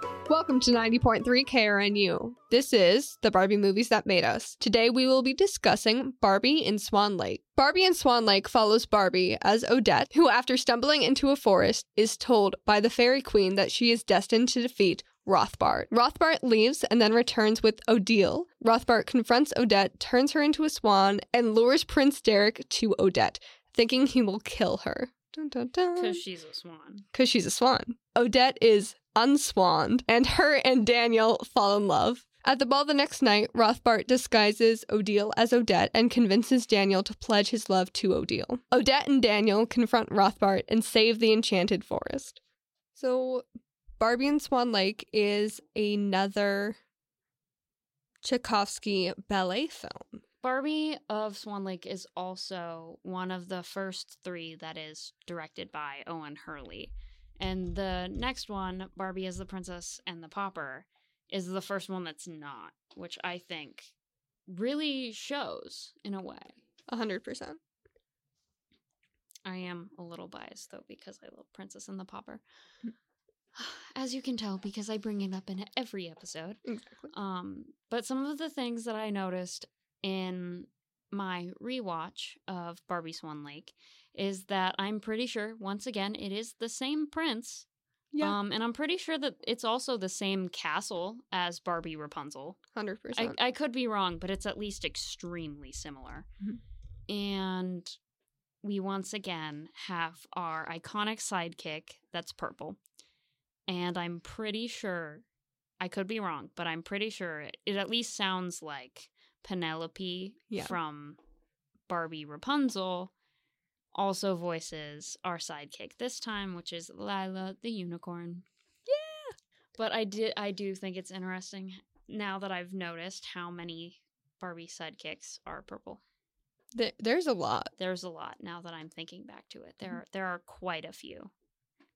to 90.3 KRNU. This is the Barbie Movies That Made Us. Today we will be discussing Barbie in Swan Lake. Barbie in Swan Lake follows Barbie as Odette, who, after stumbling into a forest, is told by the fairy queen that she is destined to defeat Rothbart. Rothbart leaves and then returns with Odile. Rothbart confronts Odette, turns her into a swan, and lures Prince Derek to Odette, thinking he will kill her. Dun, dun, dun. Because she's a swan. because she's a swan. Odette is unswanned, and her and Daniel fall in love. At the ball the next night, Rothbart disguises Odile as Odette and convinces Daniel to pledge his love to Odile. Odette and Daniel confront Rothbart and save the enchanted forest. So, Barbie and Swan Lake is another Tchaikovsky ballet film. Barbie of Swan Lake is also one of the first three that is directed by Owen Hurley. And the next one, Barbie as the Princess and the Pauper, is the first one that's not, which I think really shows in a way. 100%. I am a little biased though because I love Princess and the Pauper. As you can tell, because I bring it up in every episode. Exactly. Um, but some of the things that I noticed in my rewatch of Barbie Swan Lake is that I'm pretty sure, once again, it is the same prince. Yeah. Um, and I'm pretty sure that it's also the same castle as Barbie Rapunzel. 100%. I, I could be wrong, but it's at least extremely similar. Mhm. And we once again have our iconic sidekick that's purple. And I'm pretty sure, I could be wrong, but I'm pretty sure it, it at least sounds like Penelope Yeah. from Barbie Rapunzel also voices our sidekick this time, which is Lila the unicorn. Yeah. But I did I do think it's interesting now that I've noticed how many Barbie sidekicks are purple. There- there's a lot. There's a lot now that I'm thinking back to it. There there are quite a few.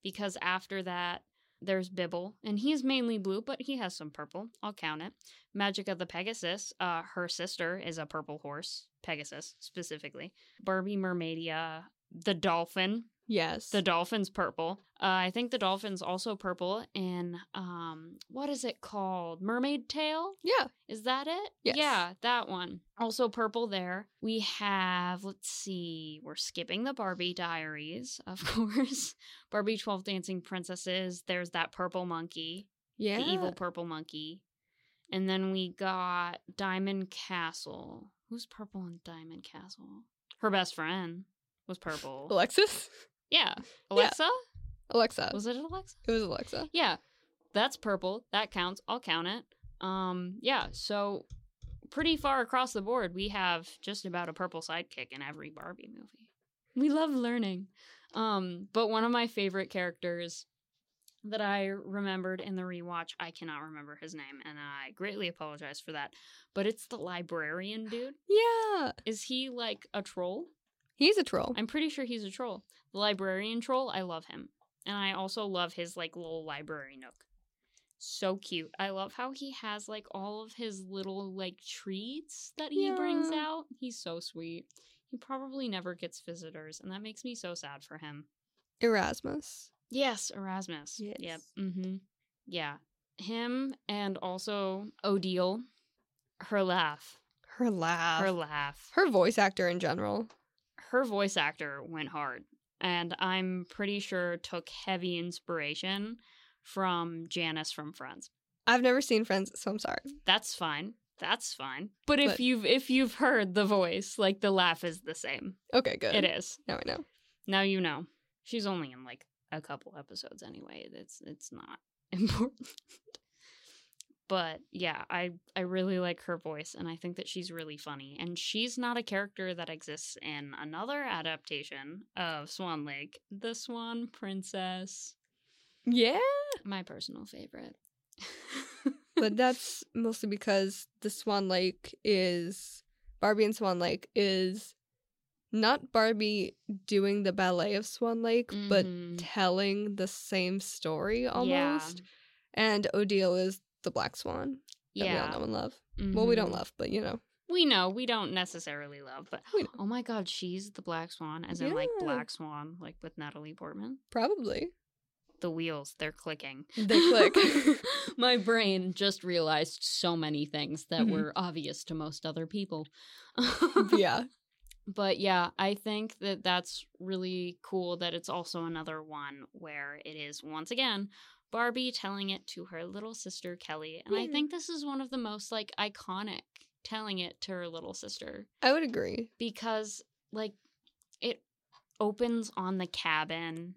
Because after that there's Bibble, and he's mainly blue, but he has some purple. I'll count it. Magic of the Pegasus, uh, her sister is a purple horse, Pegasus specifically. Barbie Mermaidia, the dolphin, Yes. the dolphin's purple. Uh, I think the dolphin's also purple in um, what is it called? Mermaid Tail. yeah. Is that it? Yes. Yeah, that one. Also purple there. We have, let's see, we're skipping the Barbie diaries, of course. Barbie 12 Dancing Princesses. There's that purple monkey, Yeah. the evil purple monkey. And then we got Diamond Castle. Who's purple in Diamond Castle? Her best friend was purple. Alexis? Yeah. Alexa? Alexa. Was it Alexa? It was Alexa. Yeah. That's purple. That counts. I'll count it. Um yeah, so pretty far across the board we have just about a purple sidekick in every Barbie movie. We love learning. Um but one of my favorite characters that I remembered in the rewatch, I cannot remember his name and I greatly apologize for that, but it's the librarian dude. Yeah. Is he like a troll? He's a troll. I'm pretty sure he's a troll. The librarian troll, I love him. And I also love his like little library nook. So cute. I love how he has like all of his little like treats that he brings Yeah. out. He's so sweet. He probably never gets visitors, and that makes me so sad for him. Erasmus. Yes, Erasmus. Yep. Yes. Mm-hmm. Yeah. Him and also Odile. Her laugh. Her laugh. Her Her, laugh. voice actor in general. her voice actor went hard and i'm pretty sure took heavy inspiration from janice from friends I've never seen Friends, so I'm sorry. that's fine that's fine but if But- you've if you've heard the voice like the laugh is the same Okay, good. it is Now I know. now you know she's only in like a couple episodes anyway it's it's not important but yeah i i really like her voice and i think that she's really funny and she's not a character that exists in another adaptation of swan lake the swan princess Yeah. my personal favorite but that's mostly because the Swan Lake is Barbie and Swan Lake is not Barbie doing the ballet of Swan Lake, but Mhm. telling the same story almost. And Odile is the black swan that we all yeah, know and love. Well, we don't mhm. love, but you know. we know we don't necessarily love but We know. oh my god she's the black swan as in like Yeah. black swan like with natalie portman Probably. the wheels, they're clicking. They click. My brain just realized so many things that Mhm. were obvious to most other people. yeah. but yeah, I think that that's really cool that it's also another one where it is once again Barbie telling it to her little sister Kelly. And I Yeah. think this is one of the most like iconic telling it to her little sister I would agree. because like it opens on the cabin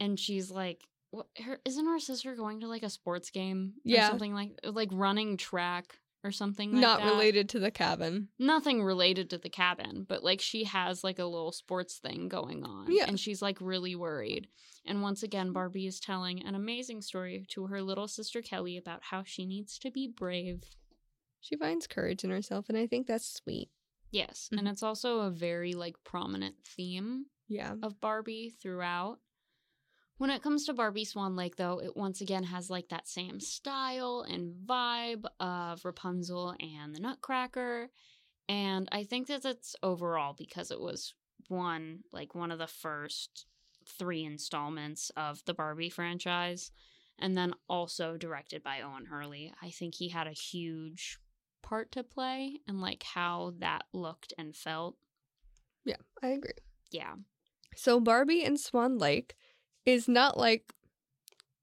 and she's like what, her isn't her sister going to like a sports game Yeah. or something like like running track or something like Not that? related to the cabin. nothing related to the cabin, but like she has like a little sports thing going on. Yeah. And she's like really worried. And once again, Barbie is telling an amazing story to her little sister Kelly about how she needs to be brave. She finds courage in herself, and I think that's sweet. Yes. Mm-hmm. And it's also a very like prominent theme Yeah. of Barbie throughout. When it comes to Barbie Swan Lake, though, it once again has like that same style and vibe of Rapunzel and the Nutcracker. And I think that that's overall because it was one, like one of the first three installments of the Barbie franchise. And then also directed by Owen Hurley. I think he had a huge part to play and like how that looked and felt. I agree. Yeah. So Barbie and Swan Lake is not like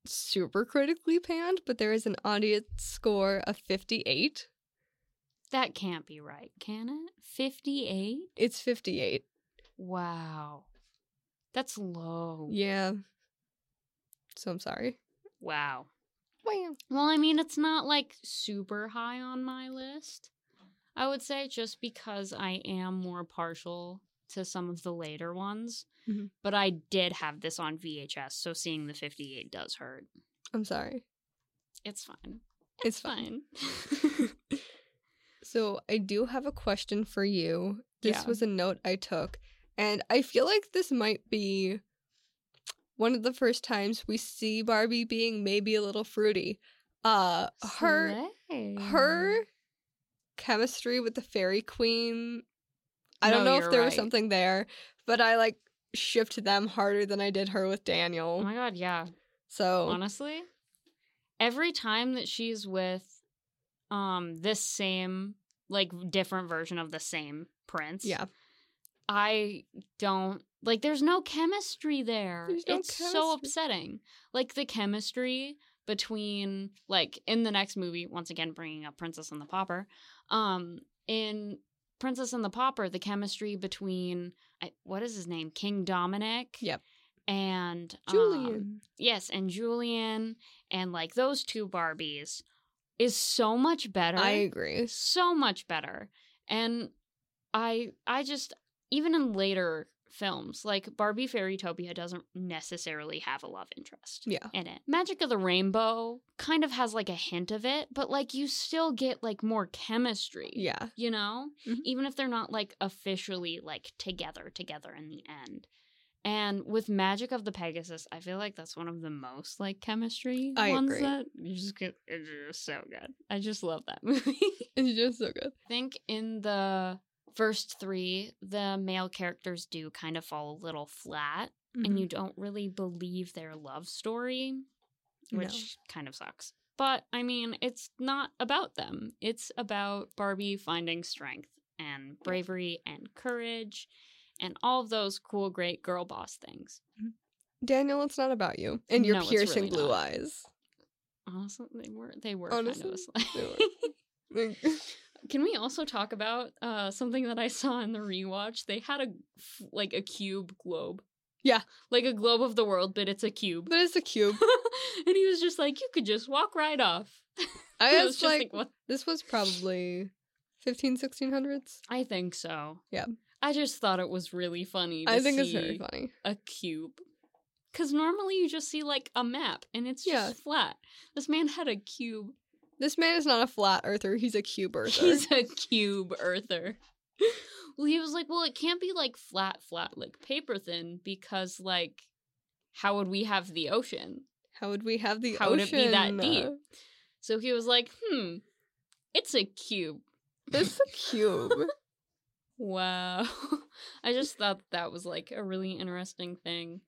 super critically panned, but there is an audience score of 58. That can't be right, can it? 58? It's 58. Wow. That's low. Yeah. So I'm sorry. Wow. Wow. Well, I mean, it's not like super high on my list. I would say just because I am more partial to some of the later ones. Mhm. But I did have this on VHS, so seeing the 58 does hurt. I'm sorry. It's fine. It's fine. So I do have a question for you. This Yeah. was a note I took, and I feel like this might be one of the first times we see Barbie being maybe a little fruity. Uh her her chemistry with the fairy queen i don't No, know if you're there was right. something there but i like shipped them harder than i did her with Oh daniel my god, yeah. so honestly every time that she's with um this same like different version of the same prince yeah i don't like there's no chemistry there There's no it's so chemistry. upsetting like the chemistry between like in the next movie once again bringing up princess and the popper um in princess and the popper the chemistry between I, what is his name king dominic Yep. and um, julian Yes, and Julian and like those two Barbies is so much better. i agree so much better. And I I just even in later films, like Barbie Fairytopia doesn't necessarily have a love interest yeah in it. Magic of the Rainbow kind of has like a hint of it, but like you still get like more chemistry yeah you know Mhm. even if they're not like officially like together together in the end and with magic of the pegasus i feel like that's one of the most like chemistry I ones agree. that you just get it's just so good i just love that movie it's just so good I think in the first three, the male characters do kind of fall a little flat, and Mhm. you don't really believe their love story, which kind of sucks. But I mean, it's not about them, it's about Barbie finding strength and bravery and courage and all of those cool, great girl boss things. daniel it's not about you and your No, it's piercing really blue not. eyes Honestly, they were they were Honestly, kind of a they were. slight. Can we also talk about uh, something that I saw in the rewatch? They had a f- like a cube globe. Yeah. like a globe of the world, but it's a cube. but it's a cube and he was just like, "You could just walk right off." i was was just like like, "What?" this was probably 15 1600s I think so. Yeah. I just thought it was really funny. To i think see it's very funny a cube. Because normally you just see like a map and it's just flat. This man had a cube. this man is not a flat earther he's a cube earther He's a cube earther. well, he was like, well, it can't be like flat, flat, like paper thin, because like, how would we have the ocean? How would we have the How would it ocean? be that deep? uh, So he was like, hmm, it's a cube. This is a cube. Wow. I just thought that was like a really interesting thing.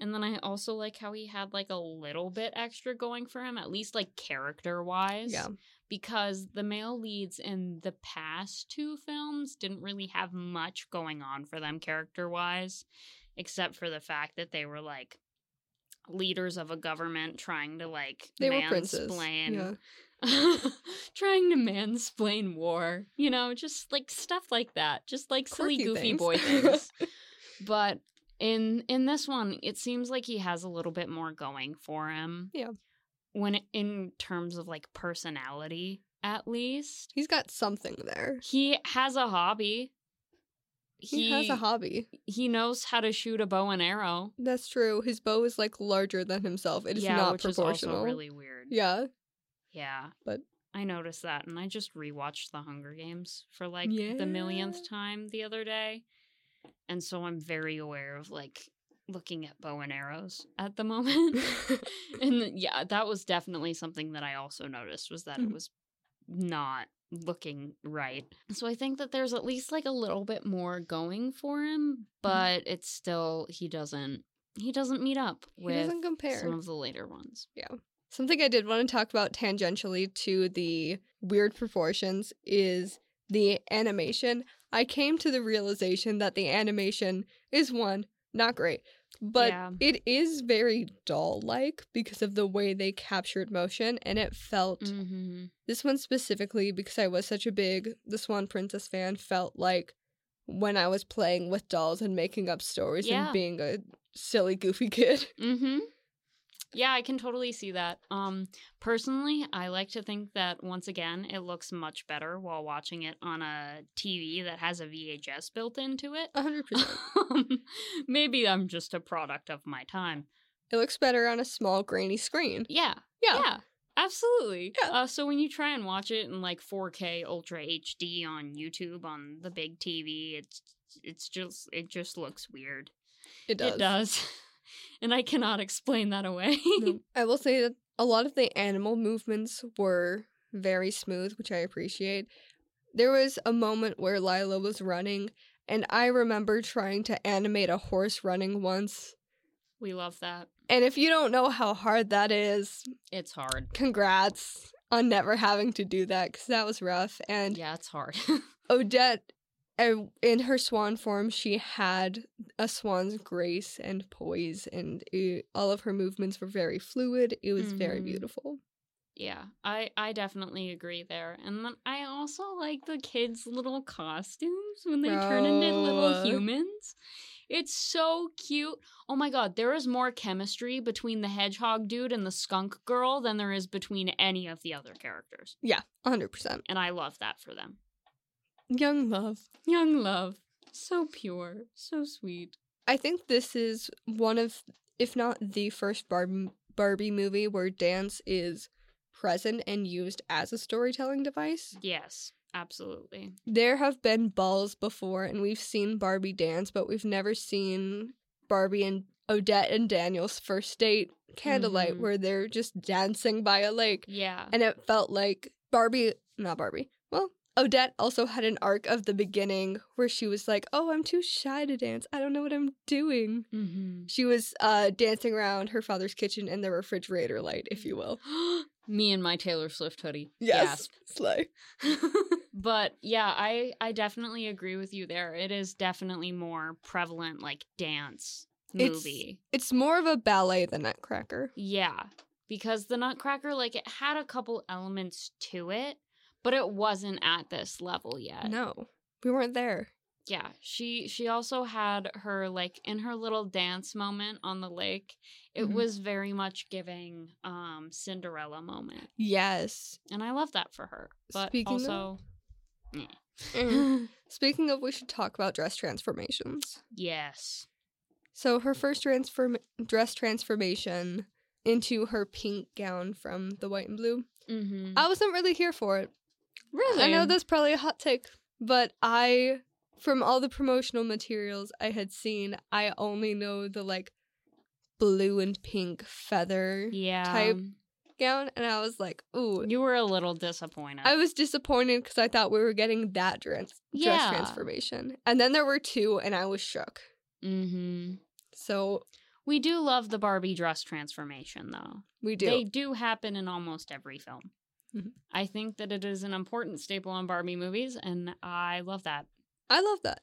And then I also like how he had like a little bit extra going for him, at least like character wise. Yeah. Because the male leads in the past two films didn't really have much going on for them character wise, except for the fact that they were like leaders of a government trying to like They were princes. mansplain Yeah. trying to mansplain war, you know, just like stuff like that, just like silly Quirky goofy things. boy things. but in in this one, it seems like he has a little bit more going for him. Yeah. When it- in terms of like personality, at least He's got something there. he has a hobby. He, has a hobby. He knows how to shoot a bow and arrow. That's true. His bow is like larger than himself. It is yeah, not which proportional. is also really weird. yeah. Yeah. But- I noticed that and I just rewatched The Hunger Games for like the Yeah. millionth time the other day. And so I'm very aware of like looking at bow and arrows at the moment. and th- yeah, that was definitely something that I also noticed was that it Mhm. was not looking right. So I think that there's at least like a little bit more going for Hmm. him, but it's still he doesn't he doesn't meet up He with doesn't compare. some of the later ones. Something I did want to talk about tangentially to the weird proportions is the animation. I came to the realization that the animation is one, not great, but Yeah. it is very doll like because of the way they captured motion and it felt Mm-hmm. this one specifically because I was such a big The Swan Princess fan felt like when I was playing with dolls and making up stories Yeah. and being a silly goofy kid. Mm-hmm. Yeah, I can totally see that. Um, personally, I like to think that once again, it looks much better while watching it on a TV that has a VHS built into it. 100%. Um, Maybe I'm just a product of my time. it looks better on a small grainy screen. Yeah. Yeah. absolutely. Yeah. Uh, so when you try and watch it in like 4K Ultra HD on YouTube on the big TV, it's it's just it just looks weird. It does. It does. and I cannot explain that away. No. I will say that a lot of the animal movements were very smooth, which I appreciate. There was a moment where Lila was running, and I remember trying to animate a horse running once. we love that. And if you don't know how hard that is, It's hard. congrats on never having to do that because that was rough. And Yeah, it's hard. Odette, uh, in her swan form, she had a swan's grace and poise, and uh, all of her movements were very fluid. It was very Mhm. beautiful. yeah, I I definitely agree there. And then I also like the kids' little costumes when they turn into little Bro. humans. It's so cute. Oh my god, there is more chemistry between the hedgehog dude and the skunk girl than there is between any of the other characters. 100%. And I love that for them. Young love. Young love, so pure, so sweet. I think this is one of, if not the first Barb- Barbie movie where dance is present and used as a storytelling device. Yes, absolutely. There have been balls before, and we've seen Barbie dance, but we've never seen Barbie and Odette and Daniel's first date candlelight, Mhm. where they're just dancing by a lake. Yeah. And it felt like Barbie, not Barbie, well, Odette also had an arc of the beginning where she was like, Oh, I'm too shy to dance. I don't know what I'm doing. Mm-hmm. She was uh, dancing around her father's kitchen in the refrigerator light, if you will. Me and my Taylor Swift hoodie. Gasp. Yes. Slay. but yeah, I I definitely agree with you there. It is definitely more prevalent like dance It's- movie. It's more of a ballet than Nutcracker. Yeah, because the Nutcracker like it had a couple elements to it, but it wasn't at this level yet. No, we weren't there. Yeah, she she also had her like in her little dance moment on the lake. It Mhm. was very much giving um Cinderella moment, Yes. and I love that for her. But Speaking of- also meh. Mm. Speaking of, we should talk about dress transformations. yes. So her first transform dress transformation into her pink gown from the white and blue. Mhm. I wasn't really here for it. Really? I know that's probably a hot take, but I from all the promotional materials I had seen, I only know the like blue and pink feather yeah. type. gown and I was like, "Ooh, You were a little disappointed. I was disappointed because I thought we were getting that dress, Yeah. dress transformation. And then there were two, and I was shook. mm-hmm. So We do love the Barbie dress transformation, though. We do. They do happen in almost every film. Mhm. I think that it is an important staple in Barbie movies, and I love that. I love that.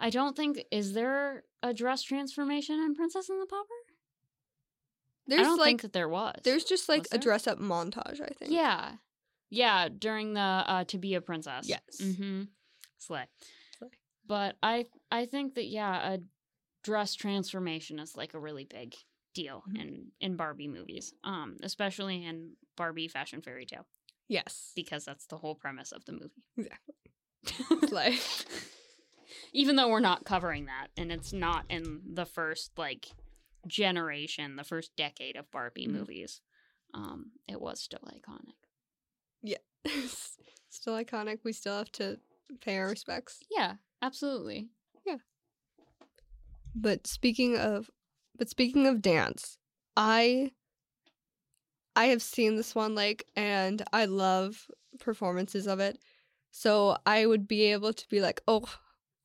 I don't think is there a dress transformation in Princess and the Pauper? I There's don't like think that there was. there's just like Was a there? dress up montage, I think. yeah, yeah, during the uh, to be a princess. Yes. mm-hmm. slay. Slay. But I I think that yeah, a dress transformation is like a really big deal Mhm. in in Barbie movies, um, especially in Barbie Fashion Fairy Tale Yes. because that's the whole premise of the movie. Exactly. Slay. Even though we're not covering that, and it's not in the first like generation, the first decade of Barbie Mhm. movies, um, it was still iconic. still iconic. We still have to pay our respects. Yeah, absolutely. But speaking of but speaking of dance, I I have seen the Swan Lake and I love performances of it. So I would be able to be like, "Oh,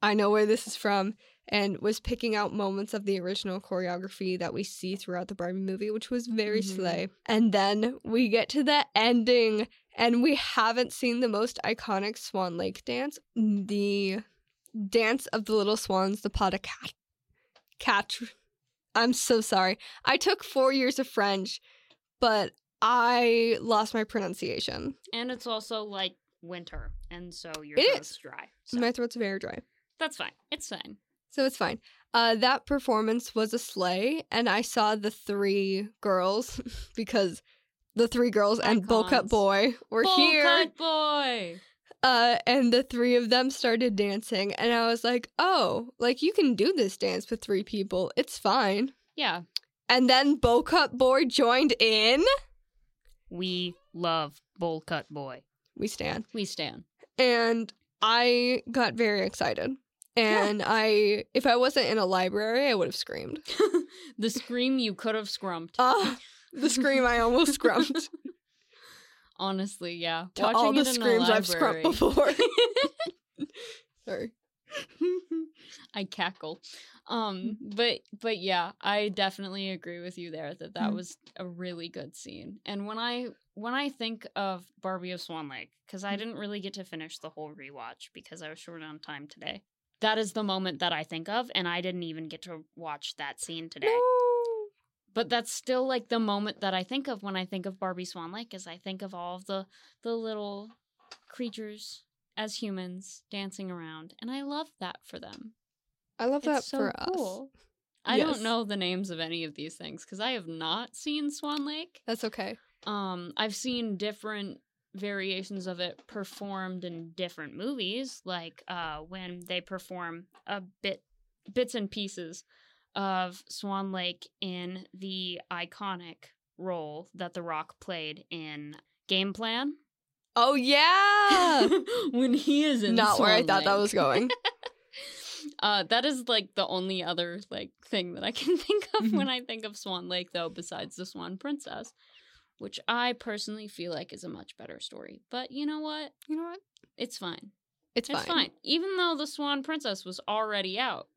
I know where this is from." And was picking out moments of the original choreography that we see throughout the Barbie movie, which was very Mhm. slay. And then we get to the ending, and we haven't seen the most iconic Swan Lake dance the dance of the little swans, the pot of cat cat. I'm so sorry. I took four years of French, but I lost my pronunciation. And it's also like winter, and so your It throat's dry. So My throat's very dry. that's fine. It's fine. So it's fine. Uh, that performance was a sleigh, and I saw the three girls because the three girls and Bull Cut Icons. Boy were Bowl here. cut boy. Uh, and the three of them started dancing, and I was like, oh, like you can do this dance with three people. It's fine. Yeah, And then Bowl Cut Boy joined in. we love bowl cut boy. We stand. We stand. and I got very excited. And I, if I wasn't in a library, I would have screamed. the scream you could have scrumped. Ah, the scream I almost scrumped. Honestly, yeah. to all the in a screams I've scrumped library. before. Sorry. I cackle. Mm. Um, but but yeah, I definitely agree with you there that that Mm. was a really good scene. And when I when I think of Barbie of Swan Lake, because I Mm. didn't really get to finish the whole rewatch because I was short on time today. That is the moment that I think of, and I didn't even get to watch that scene today. No. But that's still like the moment that I think of when I think of Barbie Swan Lake, is I think of all of the the little creatures as humans dancing around, and I love that for them. I love that It's so for us. cool. I Yes. don't know the names of any of these things because I have not seen Swan Lake. That's okay. Um, I've seen different variations of it performed in different movies, like uh, when they perform a bit bits and pieces of Swan Lake in the iconic role that The Rock played in Game Plan. Oh yeah. when he is in Ah. Not where I Swan thought that Lake. was going. Uh, that is like the only other like thing that I can think of Mhm. when I think of Swan Lake, though, besides the Swan Princess, which I personally feel like is a much better story. But you know what? You know what? It's fine. It's, It's, fine. fine. Even though the Swan Princess was already out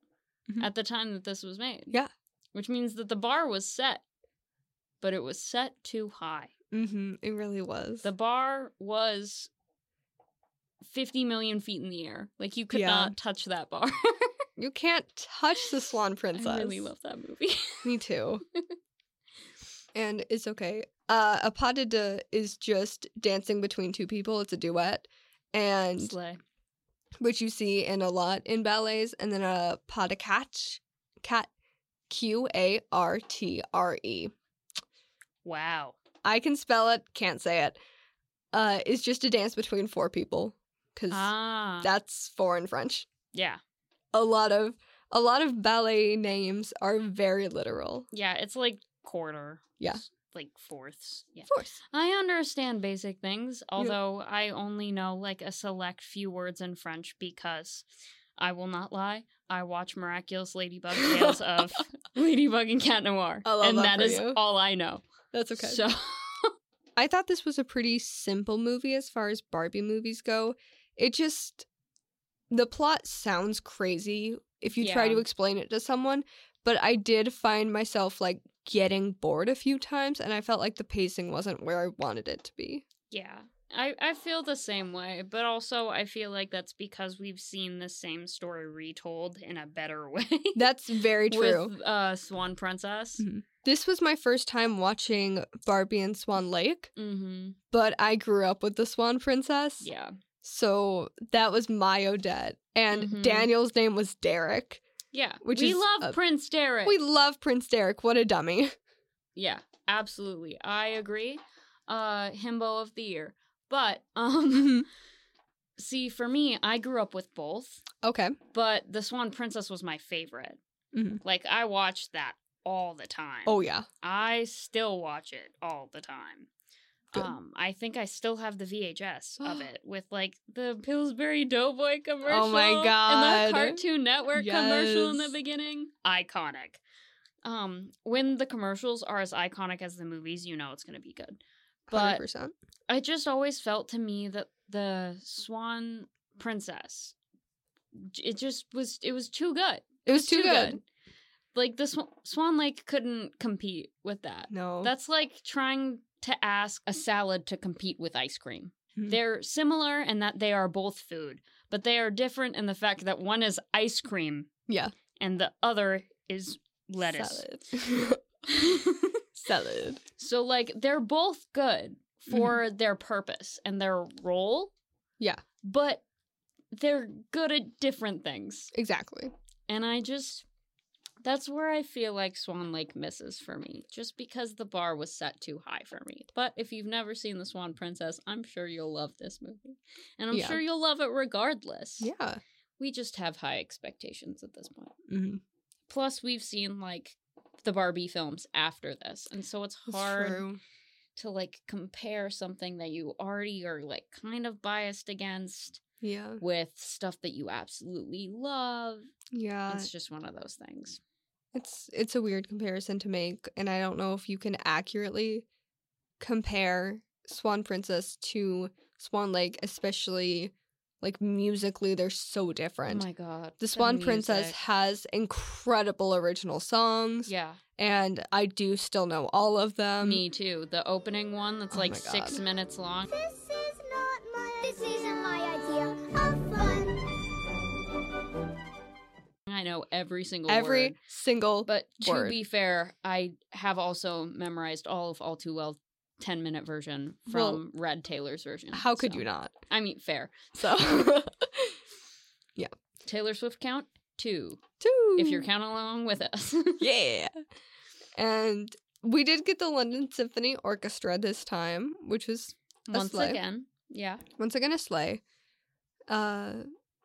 Mhm. at the time that this was made. Yeah. Which means that the bar was set, but it was set too high. hmm It really was. The bar was 50 million feet in the air. Like you could Yeah. not touch that bar. you can't touch the Swan Princess. I really love that movie. Me too. and it's okay. Uh, a pas de deux is just dancing between two people. It's a duet, and Slay. which you see in a lot in ballets. And then a pas de catch, cat, Q A R T R E. Wow. I can spell it, can't say it. Uh, is just a dance between four people because Ah. that's four in French. yeah. A lot of a lot of ballet names are very literal. Yeah. It's like quarter. Yeah. Like fourths. Yeah. Of course, I understand basic things, although I only know like a select few words in French because I will not lie. I watch Miraculous Ladybug Tales of Ladybug and Cat Noir. I love and that that for is you. all I know. that's okay. So I thought this was a pretty simple movie as far as Barbie movies go. It just the plot sounds crazy if you try Yeah. to explain it to someone, but I did find myself like getting bored a few times and I felt like the pacing wasn't where I wanted it to be. Yeah. I, I feel the same way, but also I feel like that's because we've seen the same story retold in a better way. That's very true. With uh, Swan Princess. Mhm. this was my first time watching Barbie and Swan Lake, Mm-hmm. but I grew up with the Swan Princess. Yeah. So that was my Odette. And Mhm. Daniel's Daniel's name was Derek. Yeah. Which we is, love uh, Prince Derek. We love Prince Derek. What a dummy. Yeah, absolutely. I agree. Uh himbo of the year. But um see for me, I grew up with both, Okay. but The Swan Princess was my favorite. Mhm. Like I watched that all the time. Oh, yeah. I still watch it all the time. Good. Um, I think I still have the VHS of it with like the Pillsbury Doughboy commercial. Oh God. And the Cartoon Network commercial in the Yes. beginning. Iconic. Um, when the commercials are as iconic as the movies, you know it's gonna be good. But 100%. I just always felt to me that the Swan Princess, it just was it was too good. It was too, good. Like the Sw- Swan Lake couldn't compete with that. No. That's like trying to ask a salad to compete with ice cream. Mhm. They're similar in that they are both food, but they are different in the fact that one is ice cream. Yeah. And the other is lettuce. Salad. Salad. so, like, they're both good for their purpose and their role. Mm-hmm. Yeah. But they're good at different things. Exactly. And I just, that's where I feel like Swan Lake misses for me, just because the bar was set too high for me. But if you've never seen The Swan Princess, I'm sure you'll love this movie. And I'm Yeah. sure you'll love it regardless. Yeah. We just have high expectations at this point. Mm-hmm. Plus, we've seen like the Barbie films after this. And so it's hard True. to like compare something that you already are like kind of biased against Yeah. with stuff that you absolutely love. Yeah. it's just one of those things. It's it's a weird comparison to make, and I don't know if you can accurately compare Swan Princess to Swan Lake, especially like musically, they're so different. Oh my god. the Swan Princess music. has incredible original songs, Yeah, and I do still know all of them. me too. The opening one that's um Oh like my God. six minutes long. This is not my. This isn't my idea of fun. I know every single Every word. single But to word. be fair, I have also memorized all of All Too Well 10 minute version from Red Taylor's version. how could so- you not? I mean, fair. So Taylor Swift count? Two. two. If you're counting along with us. yeah. And we did get the London Symphony Orchestra this time, which was Once slay. again. Yeah. once again a sleigh. Uh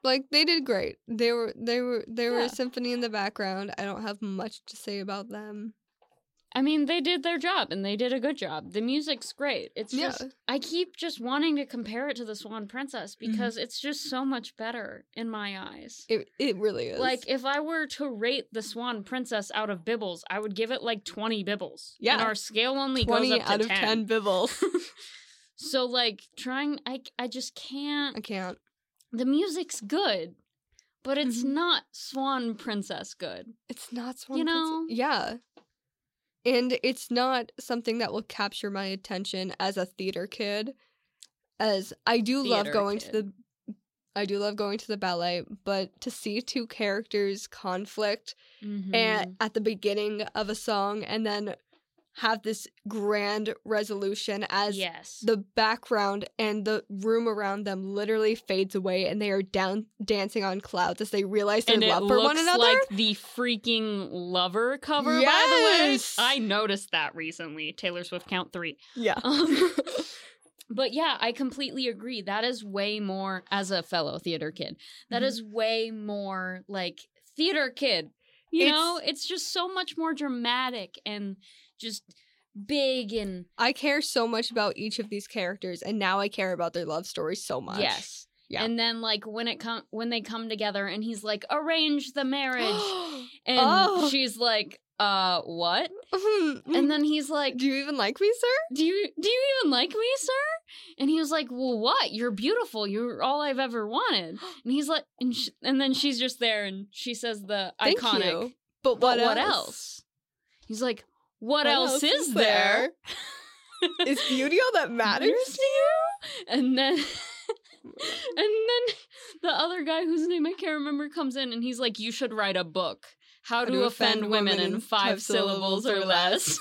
like they did great. They were they were they were Yeah. a symphony in the background. I don't have much to say about them. I mean, they did their job and they did a good job. The music's great. It's Yeah. just I keep just wanting to compare it to the Swan Princess Mm-hmm. because it's just so much better in my eyes. It it really is. Like if I were to rate the Swan Princess out of Bibbles, I would give it like 20 Bibbles. Yeah. And our scale only goes twenty up to out of 10. ten bibbles. So like trying I I just I can't can't. the music's good, but it's Mhm. not Swan Princess good. It's not Swan You Princess- know? Yeah. And it's not something that will capture my attention as a theater kid. As I do love Theater going kid. to the I do love going to the ballet, but to see two characters conflict Mm-hmm. and at the beginning of a song and then have this grand resolution as yes. the background and the room around them literally fades away and they are down dancing on clouds as they realize their and it love for looks one another. like the freaking lover cover. By Yes! the way, I noticed that recently. Taylor Swift count three. yeah. Um, but yeah, I completely agree. That is way more as a fellow theater kid. That Mhm. is way more like theater kid. You It's- know, it's just so much more dramatic and just big and I care so much about each of these characters and now I care about their love story so much. yes. Yeah. And then like when it come when they come together and he's like arrange the marriage and Oh. she's like uh what? and And then he's like Mm-hmm. do you even like me, sir? do you do you even like me, sir? And he was like, well, what? You're beautiful. You're all I've ever wanted. And he's like, and, sh- and then she's just there, and she says the Thank iconic, you. But what, but what else? He's like, what, else, is there? Is beauty all that matters? Matters to you? And then, and then the other guy whose name I can't remember comes in and he's like, you should write a book. How, to, offend, women in five syllables or less.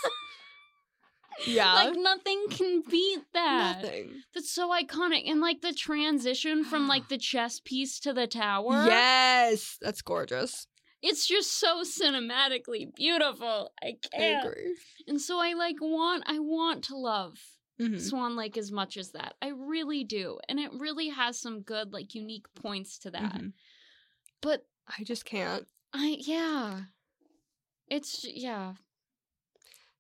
yeah. like nothing can beat that. Nothing. That's so iconic. And like the transition from like the chess piece to the tower. Yes, that's gorgeous. It's just so cinematically beautiful. I I can't. agree. And so I like want I want to love Mhm. Swan Lake as much as that. I really do. And it really has some good like unique points to that. Mhm. But I just can't. I yeah. It's j- yeah.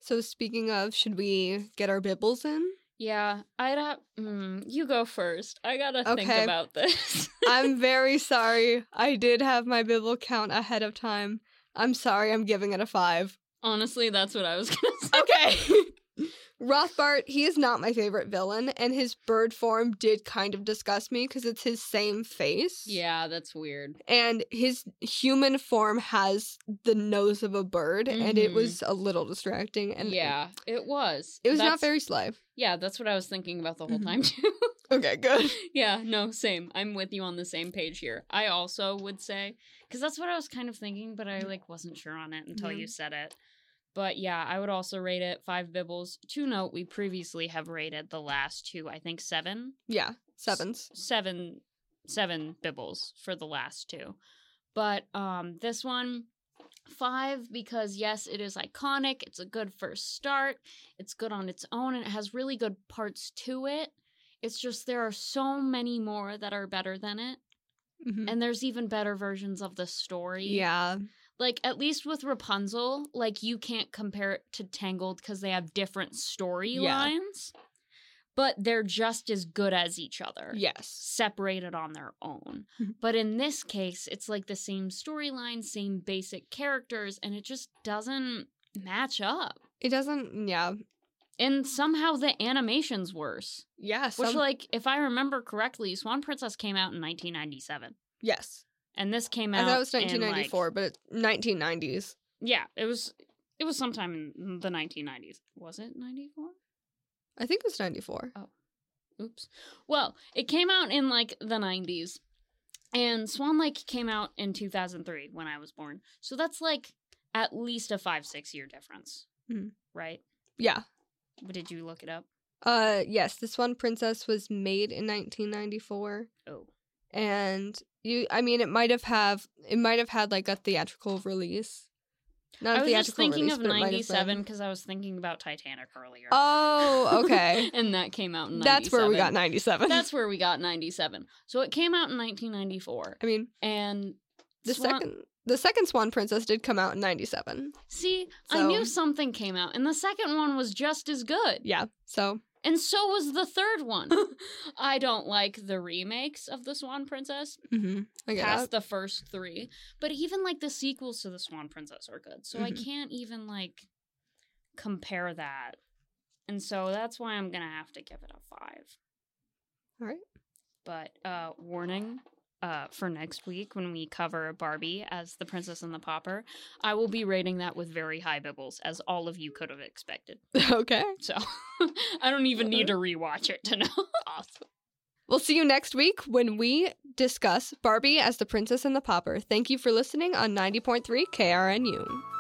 So speaking of, should we get our bibbles in? Yeah, I'd have. Mm, you go first. I gotta Okay. think about this. I'm very sorry. I did have my bibble count ahead of time. I'm sorry. I'm giving it a five. Honestly, that's what I was gonna say. Okay. Rothbart, he is not my favorite villain, and his bird form did kind of disgust me because it's his same face. Yeah, that's weird. And his human form has the nose of a bird, and it Mhm. was a little distracting. And yeah, it was. It was not That's- very sly. Yeah, that's what I was thinking about the whole Mhm. time too. Okay, good. yeah, no, same. I'm with you on the same page here. I also would say because that's what I was kind of thinking, but I like wasn't sure on it until Mm-hmm. Yeah. you said it. But yeah, I would also rate it five bibbles. To note, we previously have rated the last two. I think seven. Yeah, sevens. seven seven bibbles for the last two but um this one five because yes it is iconic it's a good first start it's good on its own and it has really good parts to it it's just there are so many more that are better than it Mhm. and there's even better versions of the story Yeah. like at least with rapunzel like you can't compare it to tangled because they have different storylines but they're just as good as each other Yes. separated on their own. Mhm. But in this case, it's like the same storyline, same basic characters, and it just doesn't match up. It doesn't. Yeah. And somehow the animation's worse. Yeah. Which, some- like, if I remember correctly, Swan Princess came out in 1997. yes. And this came I out. thought it was in, like- 1994, but it's 1990s. yeah, it was. It was sometime in the 1990s. Was it 94? I think it was 94. Oh. Oops. Well, it came out in like the 90s. And Swan Lake came out in 2003 when I was born. So that's like at least a five, six year difference. Mhm. Right? Yeah. But Did you look it up? Uh, yes. This one, Princess, was made in 1994. Oh. and you i mean it might have have it might have had like a theatrical release not I a was just theatrical thinking release, of but it might have been. 97 because I was thinking about Titanic earlier. oh okay and that came out in 97. that's where we got 97 That's where we got 97. So it came out in 1994. i mean And the Swan- second the second swan princess did come out in 97 See, I So- knew something came out, and the second one was just as good. yeah so And so was the third one. I don't like the remakes of The Swan Princess mhm, i get past that. the first three, but even like the sequels to The Swan Princess are good. So I Mhm. can't even like compare that. And so that's why I'm going to have to give it a five. all right But uh, warning uh, for next week when we cover Barbie as the Princess and the Pauper, I will be rating that with very high bibbles, as all of you could have expected. okay So I don't even need to rewatch it to know. awesome. we'll see you next week when we discuss barbie as the princess and the popper thank you for listening on 90.3 krnu